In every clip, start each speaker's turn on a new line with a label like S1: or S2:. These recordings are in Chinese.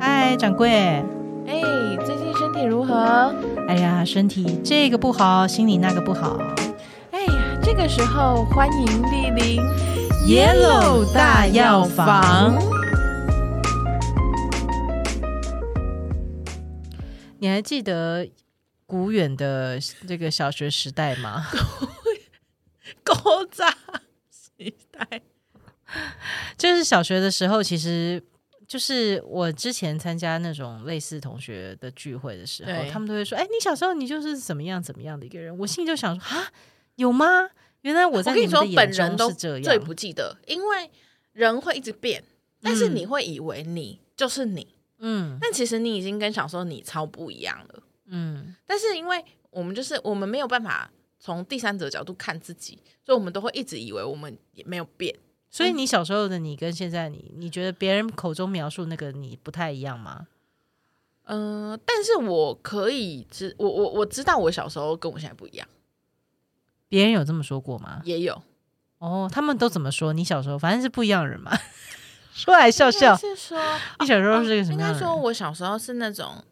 S1: 嗨，掌柜。
S2: 哎，最近身体如何？
S1: 哎呀，身体这个不好，心里那个不好。
S2: 哎呀，这个时候欢迎莅临
S1: Yellow 大药 房。你还记得古远的这个小学时代吗？
S2: 狗炸时代。
S1: 就是小学的时候，其实就是我之前参加那种类似同学的聚会的时候，
S2: 对
S1: 他们都会说：“哎，你小时候你就是怎么样怎么样的一个人。”我心里就想说：“啊，有吗？原来我
S2: 我
S1: 在
S2: 跟
S1: 你
S2: 你
S1: 们
S2: 说
S1: 的，眼
S2: 本
S1: 中
S2: 人都
S1: 是这
S2: 最
S1: 样。
S2: 不记得，因为人会一直变，但是你会以为你就是你，”
S1: 嗯
S2: 但其实你已经跟小时候你超不一样了。
S1: 嗯，
S2: 但是因为我们就是我们没有办法从第三者角度看自己，所以我们都会一直以为我们也没有变。
S1: 所
S2: 嗯
S1: 以你小时候的你跟现在你，你觉得别人口中描述那个你不太一样吗？
S2: 嗯、但是我可以知我我我知道我小时候跟我现在不一样，
S1: 别人有这么说过吗？
S2: 也有
S1: 哦，他们都怎么说？你小时候反正是不一样的人嘛。 说来笑笑，
S2: 应该是说
S1: 你小时候
S2: 哦
S1: 是个什么
S2: 应
S1: 样
S2: 该
S1: 的
S2: 说
S1: 人？
S2: 我小时候是那种，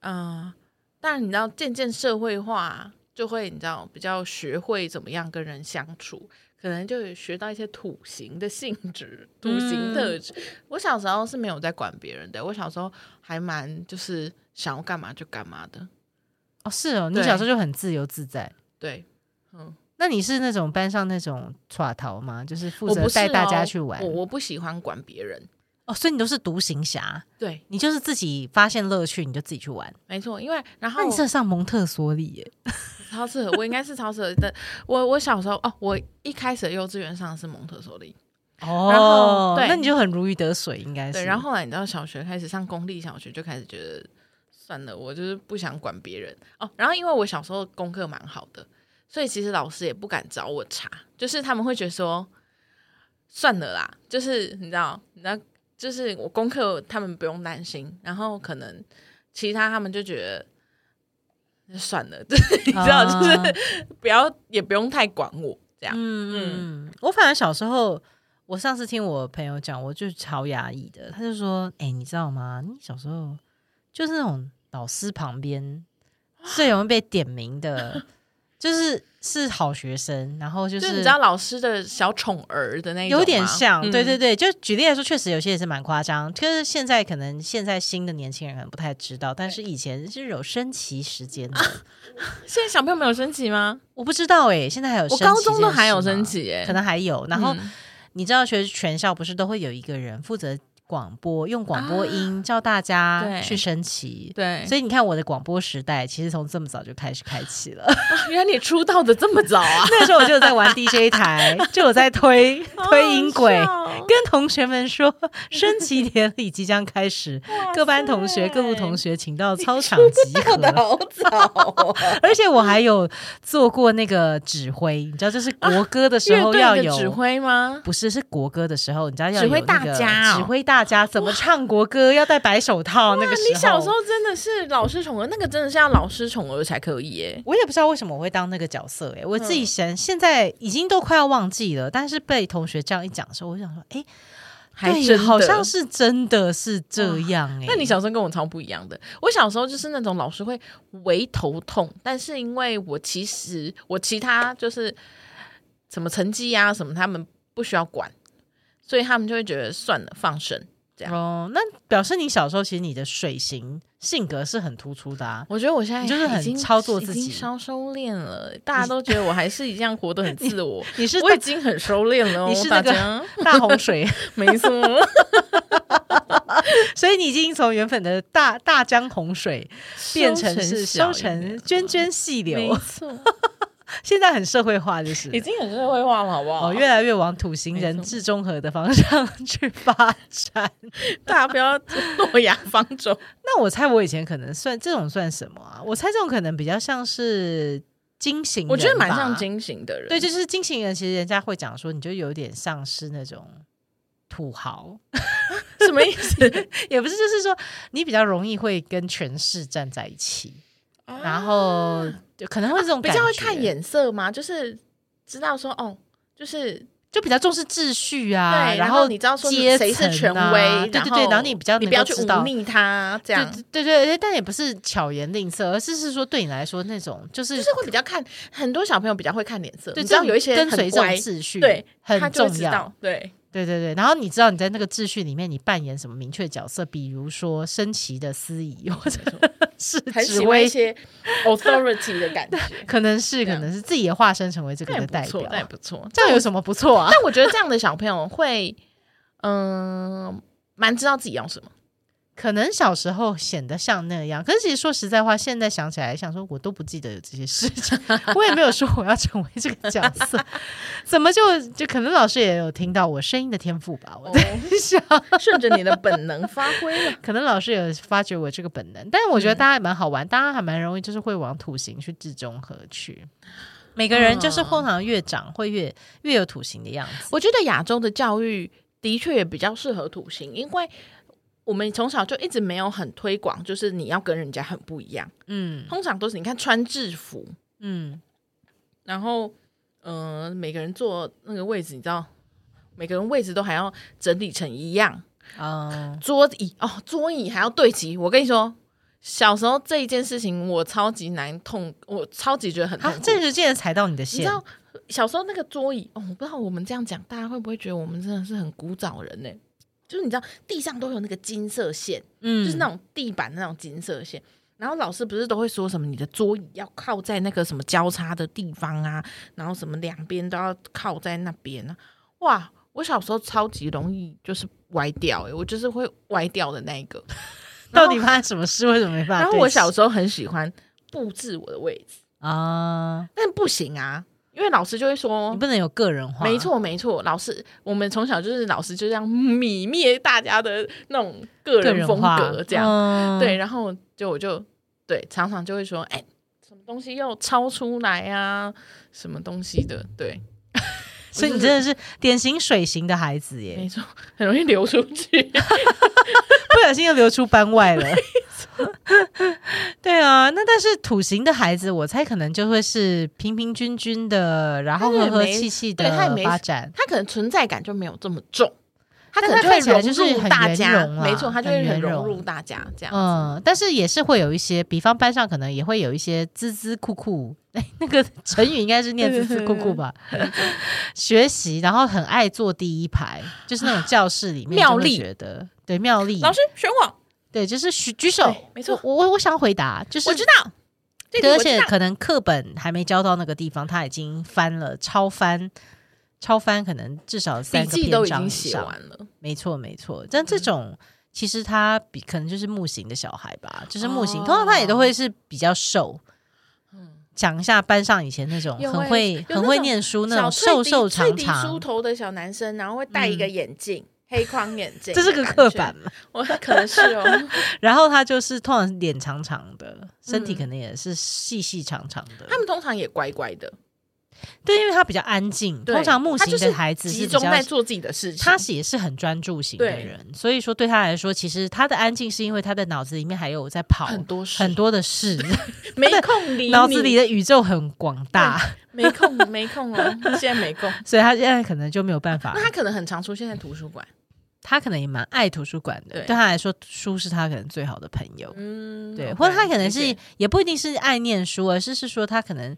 S2: 嗯、当然你知道渐渐社会化，就会你知道比较学会怎么样跟人相处，可能就有学到一些土型的性质、土型特
S1: 嗯
S2: 质。我小时候是没有在管别人的，我小时候还蛮就是想要干嘛就干嘛的，
S1: 哦，是哦，你
S2: 对
S1: 小时候就很自由自在。
S2: 对。嗯，
S1: 那你是那种班上那种耍逃吗？就是负
S2: 我
S1: 责
S2: 不是
S1: 带大家
S2: 哦
S1: 去玩
S2: 我我不喜欢管别人。
S1: 哦，所以你都是独行侠，
S2: 对，
S1: 你就是自己发现乐趣，你就自己去玩。
S2: 没错，因为然后
S1: 那你这上蒙特梭利耶？
S2: 超适合，我应该是超适合的。我我小时候哦，我一开始的幼稚园上的是蒙特梭利，
S1: 哦，
S2: 对
S1: 那你就很如鱼得水，应该是。
S2: 对，然后后来你知道小学开始上公立小学，就开始觉得算了，我就是不想管别人哦。然后因为我小时候功课蛮好的，所以其实老师也不敢找我查，就是他们会觉得说算了啦，就是你知道，你知道，就是我功课他们不用担心，然后可能其他他们就觉得。算了， 就是你知道，
S1: 啊
S2: 就是不要，也不用太管我这样。
S1: 嗯嗯，我反而小时候，我上次听我朋友讲，我就超压抑的。他就说：“哎、你知道吗？你小时候就是那种老师旁边最容易被点名 的，就是是好学生，然后就
S2: 就是是你知道老师的小宠儿的那一种吗
S1: 有点像，
S2: 嗯
S1: 对对对，就举例来说，确实有些也是蛮夸张。可是现在可能现在新的年轻人可能不太知道，但是以前是有升旗时间的，
S2: 啊现在小朋友没有升旗吗？
S1: 我不知道哎、现在还有
S2: 我
S1: 升旗
S2: 高中
S1: 这
S2: 都
S1: 件
S2: 还有
S1: 事吗
S2: 升，旗耶、
S1: 可能还有。然后
S2: 嗯
S1: 你知道，全全校不是都会有一个人负责广播，用广播音叫大家
S2: 啊对
S1: 去升旗。
S2: 对，
S1: 所以你看，我的广播时代其实从这么早就开始开启了。 ，
S2: 以啊原来你出道的这么早啊
S1: 那时候我就在玩 DJ 台，就有在 推推音轨， 跟同学们说升旗典礼即将开始，各班同学、各路 同学请到操场集
S2: 跳的
S1: 合。
S2: 好早、哦，
S1: 而且我还有做过那个指挥，你知道，就是国歌的 时候要
S2: 乐队的
S1: 有
S2: 指挥吗？
S1: 不是，是国歌的时候，你知道要
S2: 指挥
S1: 有那
S2: 大
S1: 个
S2: 家哦
S1: 指挥大家怎么唱国歌，要戴白手套。那个时候，
S2: 啊你小时候真的是老师宠儿，那个真的是要老师宠儿才可以耶、
S1: 我也不知道为什么我会当那个角色、欸，
S2: 嗯
S1: 我自己想、现在已经都快要忘记了，但是被同学这样一讲的时候，我就想说，哎、
S2: 还
S1: 对
S2: 真的哦
S1: 好像。是真的是这样、欸，
S2: 那你小时候跟我超不一样的。我小时候就是那种老师会围头痛，但是因为我其实我其他就是什么成绩呀、什么，他们不需要管，所以他们就会觉得算了，放生。
S1: 哦，那表示你小时候其实你的水型性格是很突出的啊。
S2: 我觉得我现在
S1: 你就是很
S2: 已经
S1: 操作自己
S2: 已经稍收敛了。大家都觉得我还是一样活得很自我，
S1: 你 是
S2: 我已经很收敛了哦。
S1: 你是那
S2: 大
S1: 个
S2: 家
S1: 大洪水，
S2: 没错，
S1: 所以你已经从原本的大大江洪水变成是收
S2: 收
S1: 成涓涓细
S2: 没
S1: 流，
S2: 错，
S1: 现在很社会化，就是
S2: 已经很社会化了，好不好？
S1: 哦，越来越往土型
S2: 没
S1: 人
S2: 错
S1: 质中和的方向去发 展。
S2: 大家不要 诺亚方舟。
S1: 那我猜我以前可能算这种算什么啊？我猜这种可能比较像是惊醒，
S2: 我觉得蛮像。惊醒的人，
S1: 对，就是惊醒人，其实人家会讲说，你就有点像是那种土豪，
S2: 什么意 思？
S1: 也不是，就是说你比较容易会跟权势站在一起，然后就可能会这种
S2: 啊比较
S1: 感
S2: 会
S1: 觉
S2: 看。眼色吗？就是知道说哦，就是
S1: 就比较重视秩序啊，
S2: 对，
S1: 然
S2: 后
S1: 后
S2: 你知道说
S1: 阶
S2: 谁是
S1: 层
S2: 权
S1: 啊
S2: 威，
S1: 对对对，然后你比较
S2: 你
S1: 能
S2: 不要
S1: 够
S2: 去
S1: 知
S2: 忤
S1: 道
S2: 逆他，这样
S1: 对对对对，但也不是巧言令色，而是是说对你来说那种就是
S2: 就是会比较看很多小朋友比较会看脸色，
S1: 对，
S2: 你知道
S1: 这种
S2: 有一些
S1: 跟
S2: 很
S1: 随这种
S2: 乖，
S1: 秩序，
S2: 对，他
S1: 很
S2: 就会
S1: 重
S2: 知
S1: 要。
S2: 道，对，
S1: 对对对，然后你知道你在那个秩序里面你扮演什么明确角色，比如说升旗的司仪，或者 是
S2: 很
S1: 指
S2: 喜欢一
S1: 挥，
S2: 些 authority 的 感觉，
S1: 可能是
S2: 这
S1: 可
S2: 样
S1: 能是自己也化身成为这个
S2: 那也
S1: 的
S2: 不
S1: 代
S2: 错，那也
S1: 表，
S2: 不错。
S1: 这样有什么不错啊？
S2: 但我觉得这样的小朋友会，嗯、蛮知道自己要什么。
S1: 可能小时候显得像那样，可是其实说实在话，现在想起来想说，我都不记得有这些事情， 我也没有说我要成为这个角色， 怎么就就可能老师也有听到我声音的天赋吧？
S2: 哦
S1: 我在想，
S2: 顺着你的本能发挥了。
S1: 可能老师有发掘我这个本能，但是
S2: 嗯
S1: 我觉得大家也蛮好玩，大家还蛮容易就是会往土型去至中和去。每个人就是
S2: 哦
S1: 通常越长会越越有土型的样子，
S2: 我觉得亚洲的教育的确也比较适合土星，因为我们从小就一直没有很推广，就是你要跟人家很不一样。
S1: 嗯
S2: 通常都是你看穿制服，
S1: 嗯，
S2: 然后嗯，每个人坐那个位置，你知道，每个人位置都还要整理成一样，
S1: 哦，
S2: 桌椅哦，桌椅还要对齐。我跟你说，小时候这一件事情我超级难痛，我超级觉得很痛
S1: 好，
S2: 苦。
S1: 这就竟然踩到你的
S2: 你知
S1: 线，
S2: 道小时候那个桌椅哦，我不知道我们这样讲，大家会不会觉得我们真的是很古早人呢、就是你知道地上都有那个金色线，
S1: 嗯
S2: 就是那种地板那种金色线。然后老师不是都会说什么你的桌椅要靠在那个什么交叉的地方啊，然后什么两边都要靠在那边啊。哇，我小时候超级容易就是歪掉、欸，我就是会歪掉的那一个。
S1: 到底发生什么事？为什么没办法
S2: 然
S1: 啊对齐？
S2: 后我小时候很喜欢布置我的位置，
S1: 啊，
S2: 但不行啊，因为老师就会说
S1: 你不能有个人化，
S2: 哦没，错，没错，老师，我们从小就是老师就这样泯灭大家的那种
S1: 个
S2: 个人
S1: 人
S2: 风
S1: 化
S2: 格，这样、
S1: 嗯
S2: 对。然后就我就对，常常就会说，哎、什么东西又抄出来啊，什么东西的，对，
S1: 所以你真的是典型水型的孩子耶，
S2: 没错，很容易流出 去。
S1: 不小心又流出班外 了。对啊，那但是土型的孩子，我猜可能就会是平平均均的，然后
S2: 他也
S1: 和和
S2: 没
S1: 气气
S2: 对他也
S1: 的
S2: 没
S1: 发展。
S2: 他可能存在感就没有这么重，他可
S1: 但
S2: 能
S1: 他
S2: 就
S1: 看起来就是
S2: 会融入
S1: 很
S2: 大
S1: 圆
S2: 家，
S1: 融啦啊
S2: 没错，他就
S1: 很
S2: 会
S1: 圆
S2: 很融
S1: 融
S2: 入大家这样。
S1: 嗯，但是也是会有一些，比方班上可能也会有一些孜孜酷酷，哎，那个成语应该是念孜孜酷酷吧？学习，然后很爱坐第一排，就是那种教室里面
S2: 妙
S1: 就会
S2: 丽
S1: 觉得对妙丽，
S2: 老师选我，
S1: 对，就是举举手
S2: 对，没错
S1: 我我我想回答，就是
S2: 我知道，这题
S1: 对，
S2: 我
S1: 而
S2: 知
S1: 且
S2: 道
S1: 可能课本还没教到那个地方，他已经翻了超翻，超翻可能至少三
S2: 笔
S1: 个
S2: 记
S1: 篇
S2: 都已
S1: 章以
S2: 经写
S1: 上。
S2: 完了。
S1: 没错，没错。但
S2: 嗯
S1: 这种其实他比可能就是木型的小孩吧，就是木型，
S2: 哦
S1: 通常他也都会是比较瘦。讲一下班上以前那种
S2: 有
S1: 很
S2: 欸
S1: 会
S2: 有那
S1: 很会
S2: 种
S1: 念书那
S2: 小
S1: 种瘦瘦长
S2: 梳
S1: 长，
S2: 头的小男生，然后会戴一个眼镜，黑框眼镜，
S1: 这是个刻板，嘛。
S2: 我可能是 哦，
S1: 然后他就是通常脸长长的，身体
S2: 嗯
S1: 可能也是细细长长的。
S2: 他们通常也乖乖的，
S1: 对，因为他比较安静，
S2: 对
S1: 通常木
S2: 他
S1: 型
S2: 就
S1: 的
S2: 是
S1: 孩子是
S2: 集
S1: 比
S2: 中
S1: 较
S2: 在做自己的事情。
S1: 他是也是很专注型的
S2: 对
S1: 人，所以说对他来说，其实他的安静是因为他的脑子里面还有在跑
S2: 很多事
S1: 很多的 事，
S2: 没空理你
S1: 脑子里的宇宙很广大，
S2: 没空没空哦，现在没空。
S1: 所以他现在可能就没有办法
S2: 那。他可能很常出现在图书馆，
S1: 他可能也蛮爱图书馆的，
S2: 对
S1: 对他来说，书是他可能最好的朋友。
S2: 嗯
S1: 对，
S2: OK，
S1: 或者他可能
S2: 理
S1: 是
S2: 解
S1: 也不一定是爱念书，而是是说他可能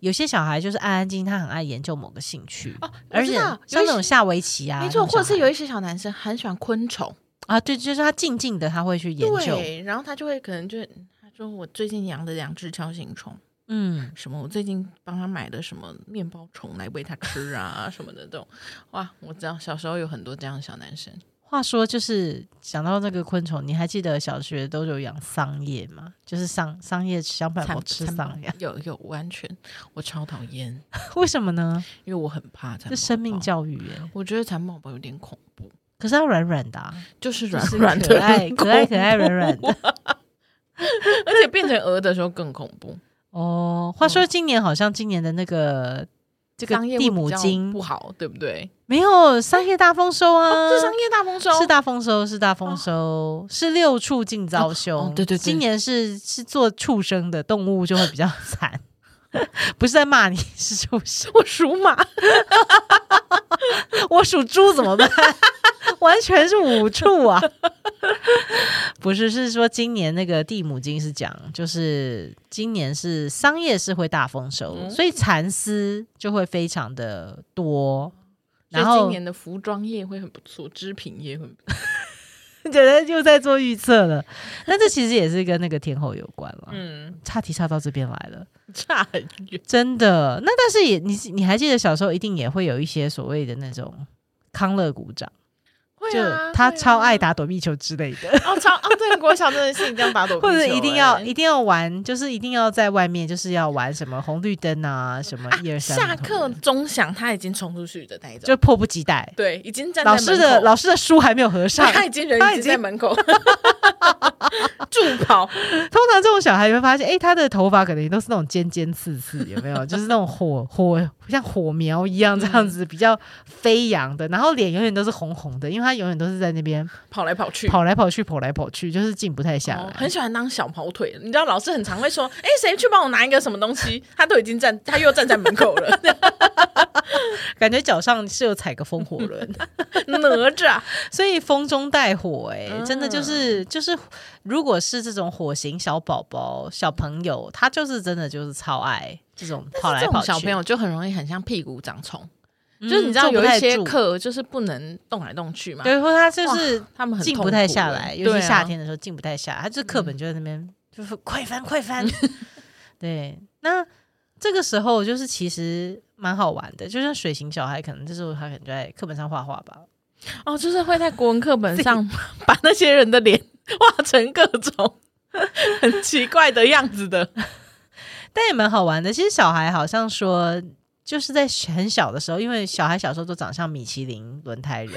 S1: 有些小孩就是安安静，静，他很爱研究某个兴趣，
S2: 哦，我
S1: 而
S2: 知
S1: 且
S2: 道
S1: 像那
S2: 有
S1: 种
S2: 一些
S1: 下围棋啊，
S2: 没
S1: 那
S2: 错，
S1: 种
S2: 或者
S1: 小
S2: 是
S1: 孩
S2: 有一些小男生很喜欢昆虫，
S1: 啊，对，就是他静静的他会去研究，
S2: 对，然后他就会可能就他说我最近养的两只锹形虫。
S1: 嗯，
S2: 什么，我最近帮他买的什么面包虫来喂他吃啊什么的这种，哇，我知道小时候有很多这样的小男生，
S1: 话说，就是想到那个昆虫，你还记得小学都有养桑叶吗？就是桑桑叶想办法吃桑叶，
S2: 有有完全，我超讨厌，
S1: 为什么呢？
S2: 因为我很怕蚕
S1: 这
S2: 宝
S1: 生命
S2: 宝，
S1: 教育耶。
S2: 我觉得蚕宝宝有点恐怖，
S1: 可是它软软的、啊，
S2: 就是
S1: 就
S2: 软
S1: 是
S2: 软的，
S1: 可爱，可爱，可爱，软软的。
S2: 而且变成鹅的时候更恐怖，
S1: 哦，话说今年好像今年的那个这个
S2: 商业
S1: 地
S2: 会比
S1: 母
S2: 较
S1: 精
S2: 不好，对不对？
S1: 没有桑叶大丰收啊，
S2: 哦，这商业大丰收哦
S1: 是大丰收，是大丰收，是六畜尽遭凶、
S2: 哦对对对
S1: 今年是是做畜生的动物就会比较 惨。不是在骂你，是属相。
S2: 我属马，
S1: 我属猪怎么办？完全是五处 啊！不是，是说今年那个地母金是讲，就是今年是商业是会大丰收，
S2: 嗯
S1: 所以蚕丝就会非常的多。
S2: 所 以
S1: 然后
S2: 今年的服装业会很不错，织品业会很不错。
S1: 觉得又在做预测了，但这其实也是跟那个天后有关了。
S2: 嗯，
S1: 差题差到这边来了。
S2: 差很远。
S1: 真的，那但是也你你还记得小时候一定也会有一些所谓的那种康乐鼓掌，
S2: 会
S1: 就
S2: 啊，
S1: 他
S2: 会啊
S1: 超爱打躲避球之类的，
S2: 哦，超哦，对，国小真的是一定要打躲避球
S1: 或
S2: 欸，
S1: 者一定要一定要玩，就是一定要在外面就是要玩什么红绿灯啊，什么
S2: 啊
S1: 一二三，
S2: 下课钟响，他已经冲出去的那一种，
S1: 就迫不及待。
S2: 对，已经站在
S1: 老师的
S2: 门口
S1: 老师的书还没有合 上，
S2: 他已经人
S1: 他
S2: 已
S1: 已
S2: 经
S1: 经
S2: 在 门口助跑，
S1: 通常这种小孩你会发现，哎、他的头发可能都是那种尖尖刺刺，有没有？ 就是那种火火像火苗一样这样
S2: 嗯
S1: 子，比较飞扬的。然后脸永远都是红红的，因为他永远都是在那边
S2: 跑来跑去。
S1: 跑来跑去，跑来跑去，就是静不太下
S2: 哦
S1: 来。
S2: 很喜欢当小跑腿，你知道老师很常会说：“哎、谁去帮我拿一个什么东西？”他都已经站，他又站在门口 了，
S1: 感觉脚上是有踩个风火轮，
S2: 哪吒
S1: 所以风中带火、欸，
S2: 嗯
S1: 真的就是就是，如果是这种火型小宝宝、小朋友，他就是真的就是超爱这种 跑来
S2: 这
S1: 跑
S2: 种
S1: 去。
S2: 小朋友就很容易很像屁股长虫，
S1: 嗯
S2: 就是你知道有一些，
S1: 坐不太住
S2: 课就是不能动来动去嘛，
S1: 对，或者他就是
S2: 他们很
S1: 静
S2: 痛
S1: 不太
S2: 苦嗯
S1: 下
S2: 欸
S1: 来，尤其
S2: 对啊
S1: 夏天的时候静不太下来，他就是课本就在那边、就是快翻快翻。
S2: 嗯
S1: 对，那这个时候就是其实蛮好玩的，就像水型小孩，可能这时候他可能就在课本上画画吧。
S2: 哦，就是会在国文课本上 把那些人的脸画成各种很奇怪的样 子的。
S1: 但也蛮好玩的。其实小孩好像说，就是在很小的时候，因为小孩小时候都长像米其林轮胎人，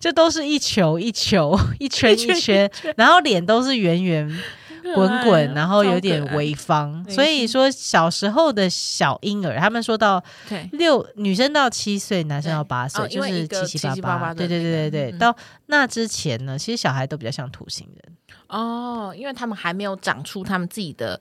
S1: 就都是一球一球、一圈一圈，然后脸都是圆圆
S2: 啊
S1: 滚滚，然后有点微方。
S2: 没
S1: 所以
S2: 错
S1: 说，小时候的小婴儿，他们说到
S2: 对，
S1: 六女生到七岁，男生
S2: 对
S1: 到八岁，
S2: 哦因
S1: 就
S2: 为
S1: 是
S2: 一个
S1: 七七
S2: 七七
S1: 八
S2: 八八
S1: 对
S2: 的
S1: 对
S2: 那
S1: 对对
S2: 个
S1: 对，
S2: 嗯
S1: 到那之前呢，其实小孩都比较像土型人
S2: 哦，因为他们还没有长出他们自己的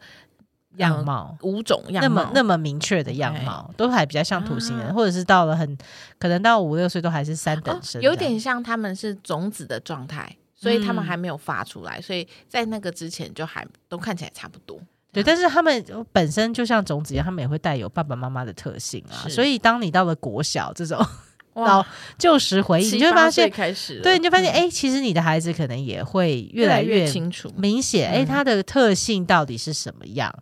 S2: 嗯
S1: 样貌。
S2: 五种样
S1: 那
S2: 貌，
S1: 么那么明确的样
S2: OK
S1: 貌，都还比较像土星人，
S2: 啊
S1: 或者是到了很可能到五六岁都还是三等生
S2: 哦，
S1: 这样、
S2: 有点像他们是种子的状态。所以他们
S1: 嗯
S2: 还没有发出来，所以在那个之前就还都看起来差不多。
S1: 对，但是他们本身就像种子一样，他们也会带有爸爸妈妈的特性啊。
S2: 是
S1: 所以当你到了国小这种
S2: 哇
S1: 老旧时回忆，
S2: 七
S1: 你就会
S2: 八
S1: 发
S2: 岁
S1: 现，
S2: 开始了，
S1: 对，你就发现
S2: 嗯
S1: 哎、诶其实你的孩子可能也会越
S2: 越
S1: 来
S2: 越
S1: 越
S2: 清楚，
S1: 明显，哎、
S2: 嗯
S1: 他的特性到底是什么样？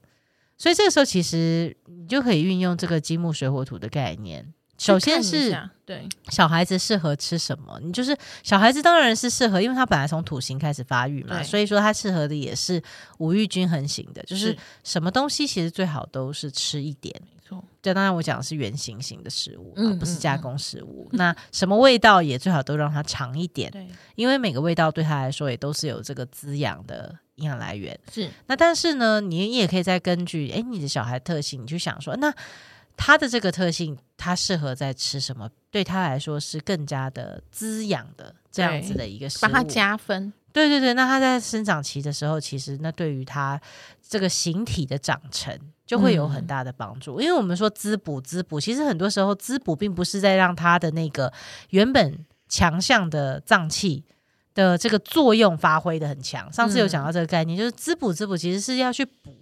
S1: 所以这个时候其实你就可以运用这个金木水火土的概念。首
S2: 去看
S1: 先
S2: 一
S1: 是
S2: 下对，
S1: 小孩子适合吃什么？你就是小孩子当然是适合，因为他本来从土型开始发育嘛，
S2: 对
S1: 所以说他适合的也是五育均衡型的，就是
S2: 是
S1: 什么东西其实最好都是吃一点。
S2: 没错，
S1: 对，当然我讲的是原型型的食物，啊
S2: 嗯，
S1: 不是
S2: 嗯
S1: 加
S2: 嗯
S1: 工食物。那什么味道也最好都让他尝一点，
S2: 对，
S1: 因为每个味道对他来说也都是有这个滋养的营养来源。
S2: 是
S1: 那但是呢，你你也可以再根据诶你的小孩特性，你去想说，那他的这个特性，他适合在吃什么，对他来说是更加的滋养的这样子的一个食物。
S2: 帮他，加分，
S1: 对对对。那他在生长期的时候，其实那对于他这个形体的长成。就会有很
S2: 嗯
S1: 大的帮助，因为我们说滋补滋补，其实很多时候滋补并不是在让他的那个原本强项的脏器的这个作用发挥的很强。上次有讲到这个概念，就是滋补滋补其实是要去补，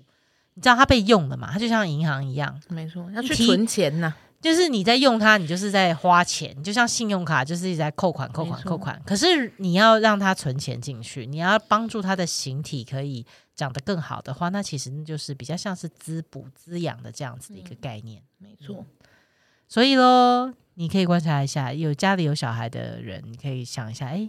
S1: 你知道它被用了嘛？它就像银行一样，
S2: 没错，要
S1: 你
S2: 去
S1: 提
S2: 存钱呐、
S1: 就是你在用它，你就是在花钱，你就像信用卡就是一直在扣款、扣款、
S2: 没错
S1: 扣款。可是你要让它存钱进去，你要帮助它的形体可以长得更好的话，那其实那就是比较像是滋补滋养的这样子的一个概念。
S2: 没错，
S1: 所以喽，你可以观察一下，有家里有小孩的人，你可以想一下，哎，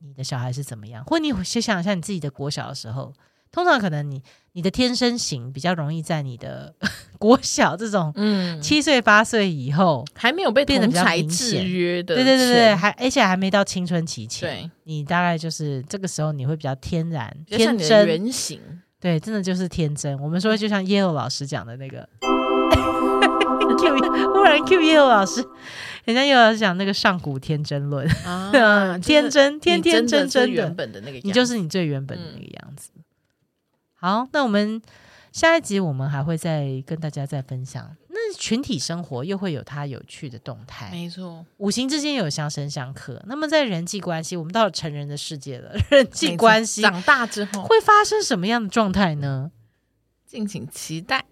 S1: 你的小孩是怎么样？或你先想一下你自己的国小的时候，通常可能你你的天生型比较容易在你的 国小这种
S2: 嗯，
S1: 七岁八岁以后，
S2: 还没有被
S1: 变得
S2: 同
S1: 比较
S2: 才
S1: 明
S2: 制
S1: 显
S2: 约的
S1: 对
S2: 钱，
S1: 对对对，还而且还没到青春期前，
S2: 对，
S1: 你大概就是这个时候你会比较天然
S2: 比较像
S1: 天
S2: 你的
S1: 真，
S2: 原型，
S1: 对，真的就是天真。我们说就像 Yale 老师讲的那 个，Q 忽然 Q Yale 老师，人家 Yale 老师讲那个上古天真论。
S2: 啊就是
S1: 天真，天
S2: 你
S1: 天
S2: 真的
S1: 真
S2: 是
S1: 真
S2: 原
S1: 的，
S2: 本的那个样子，嗯
S1: 你就是你最原本的那个样子。好，那我们下一集我们还会再跟大家再分享，那群体生活又会有它有趣的动态，
S2: 没错，
S1: 五行之间有相生相克。那么在人际关系，我们到了成人的世界了， 人际关系
S2: 长大之后
S1: 会发生什么样的状态呢？
S2: 敬请期待。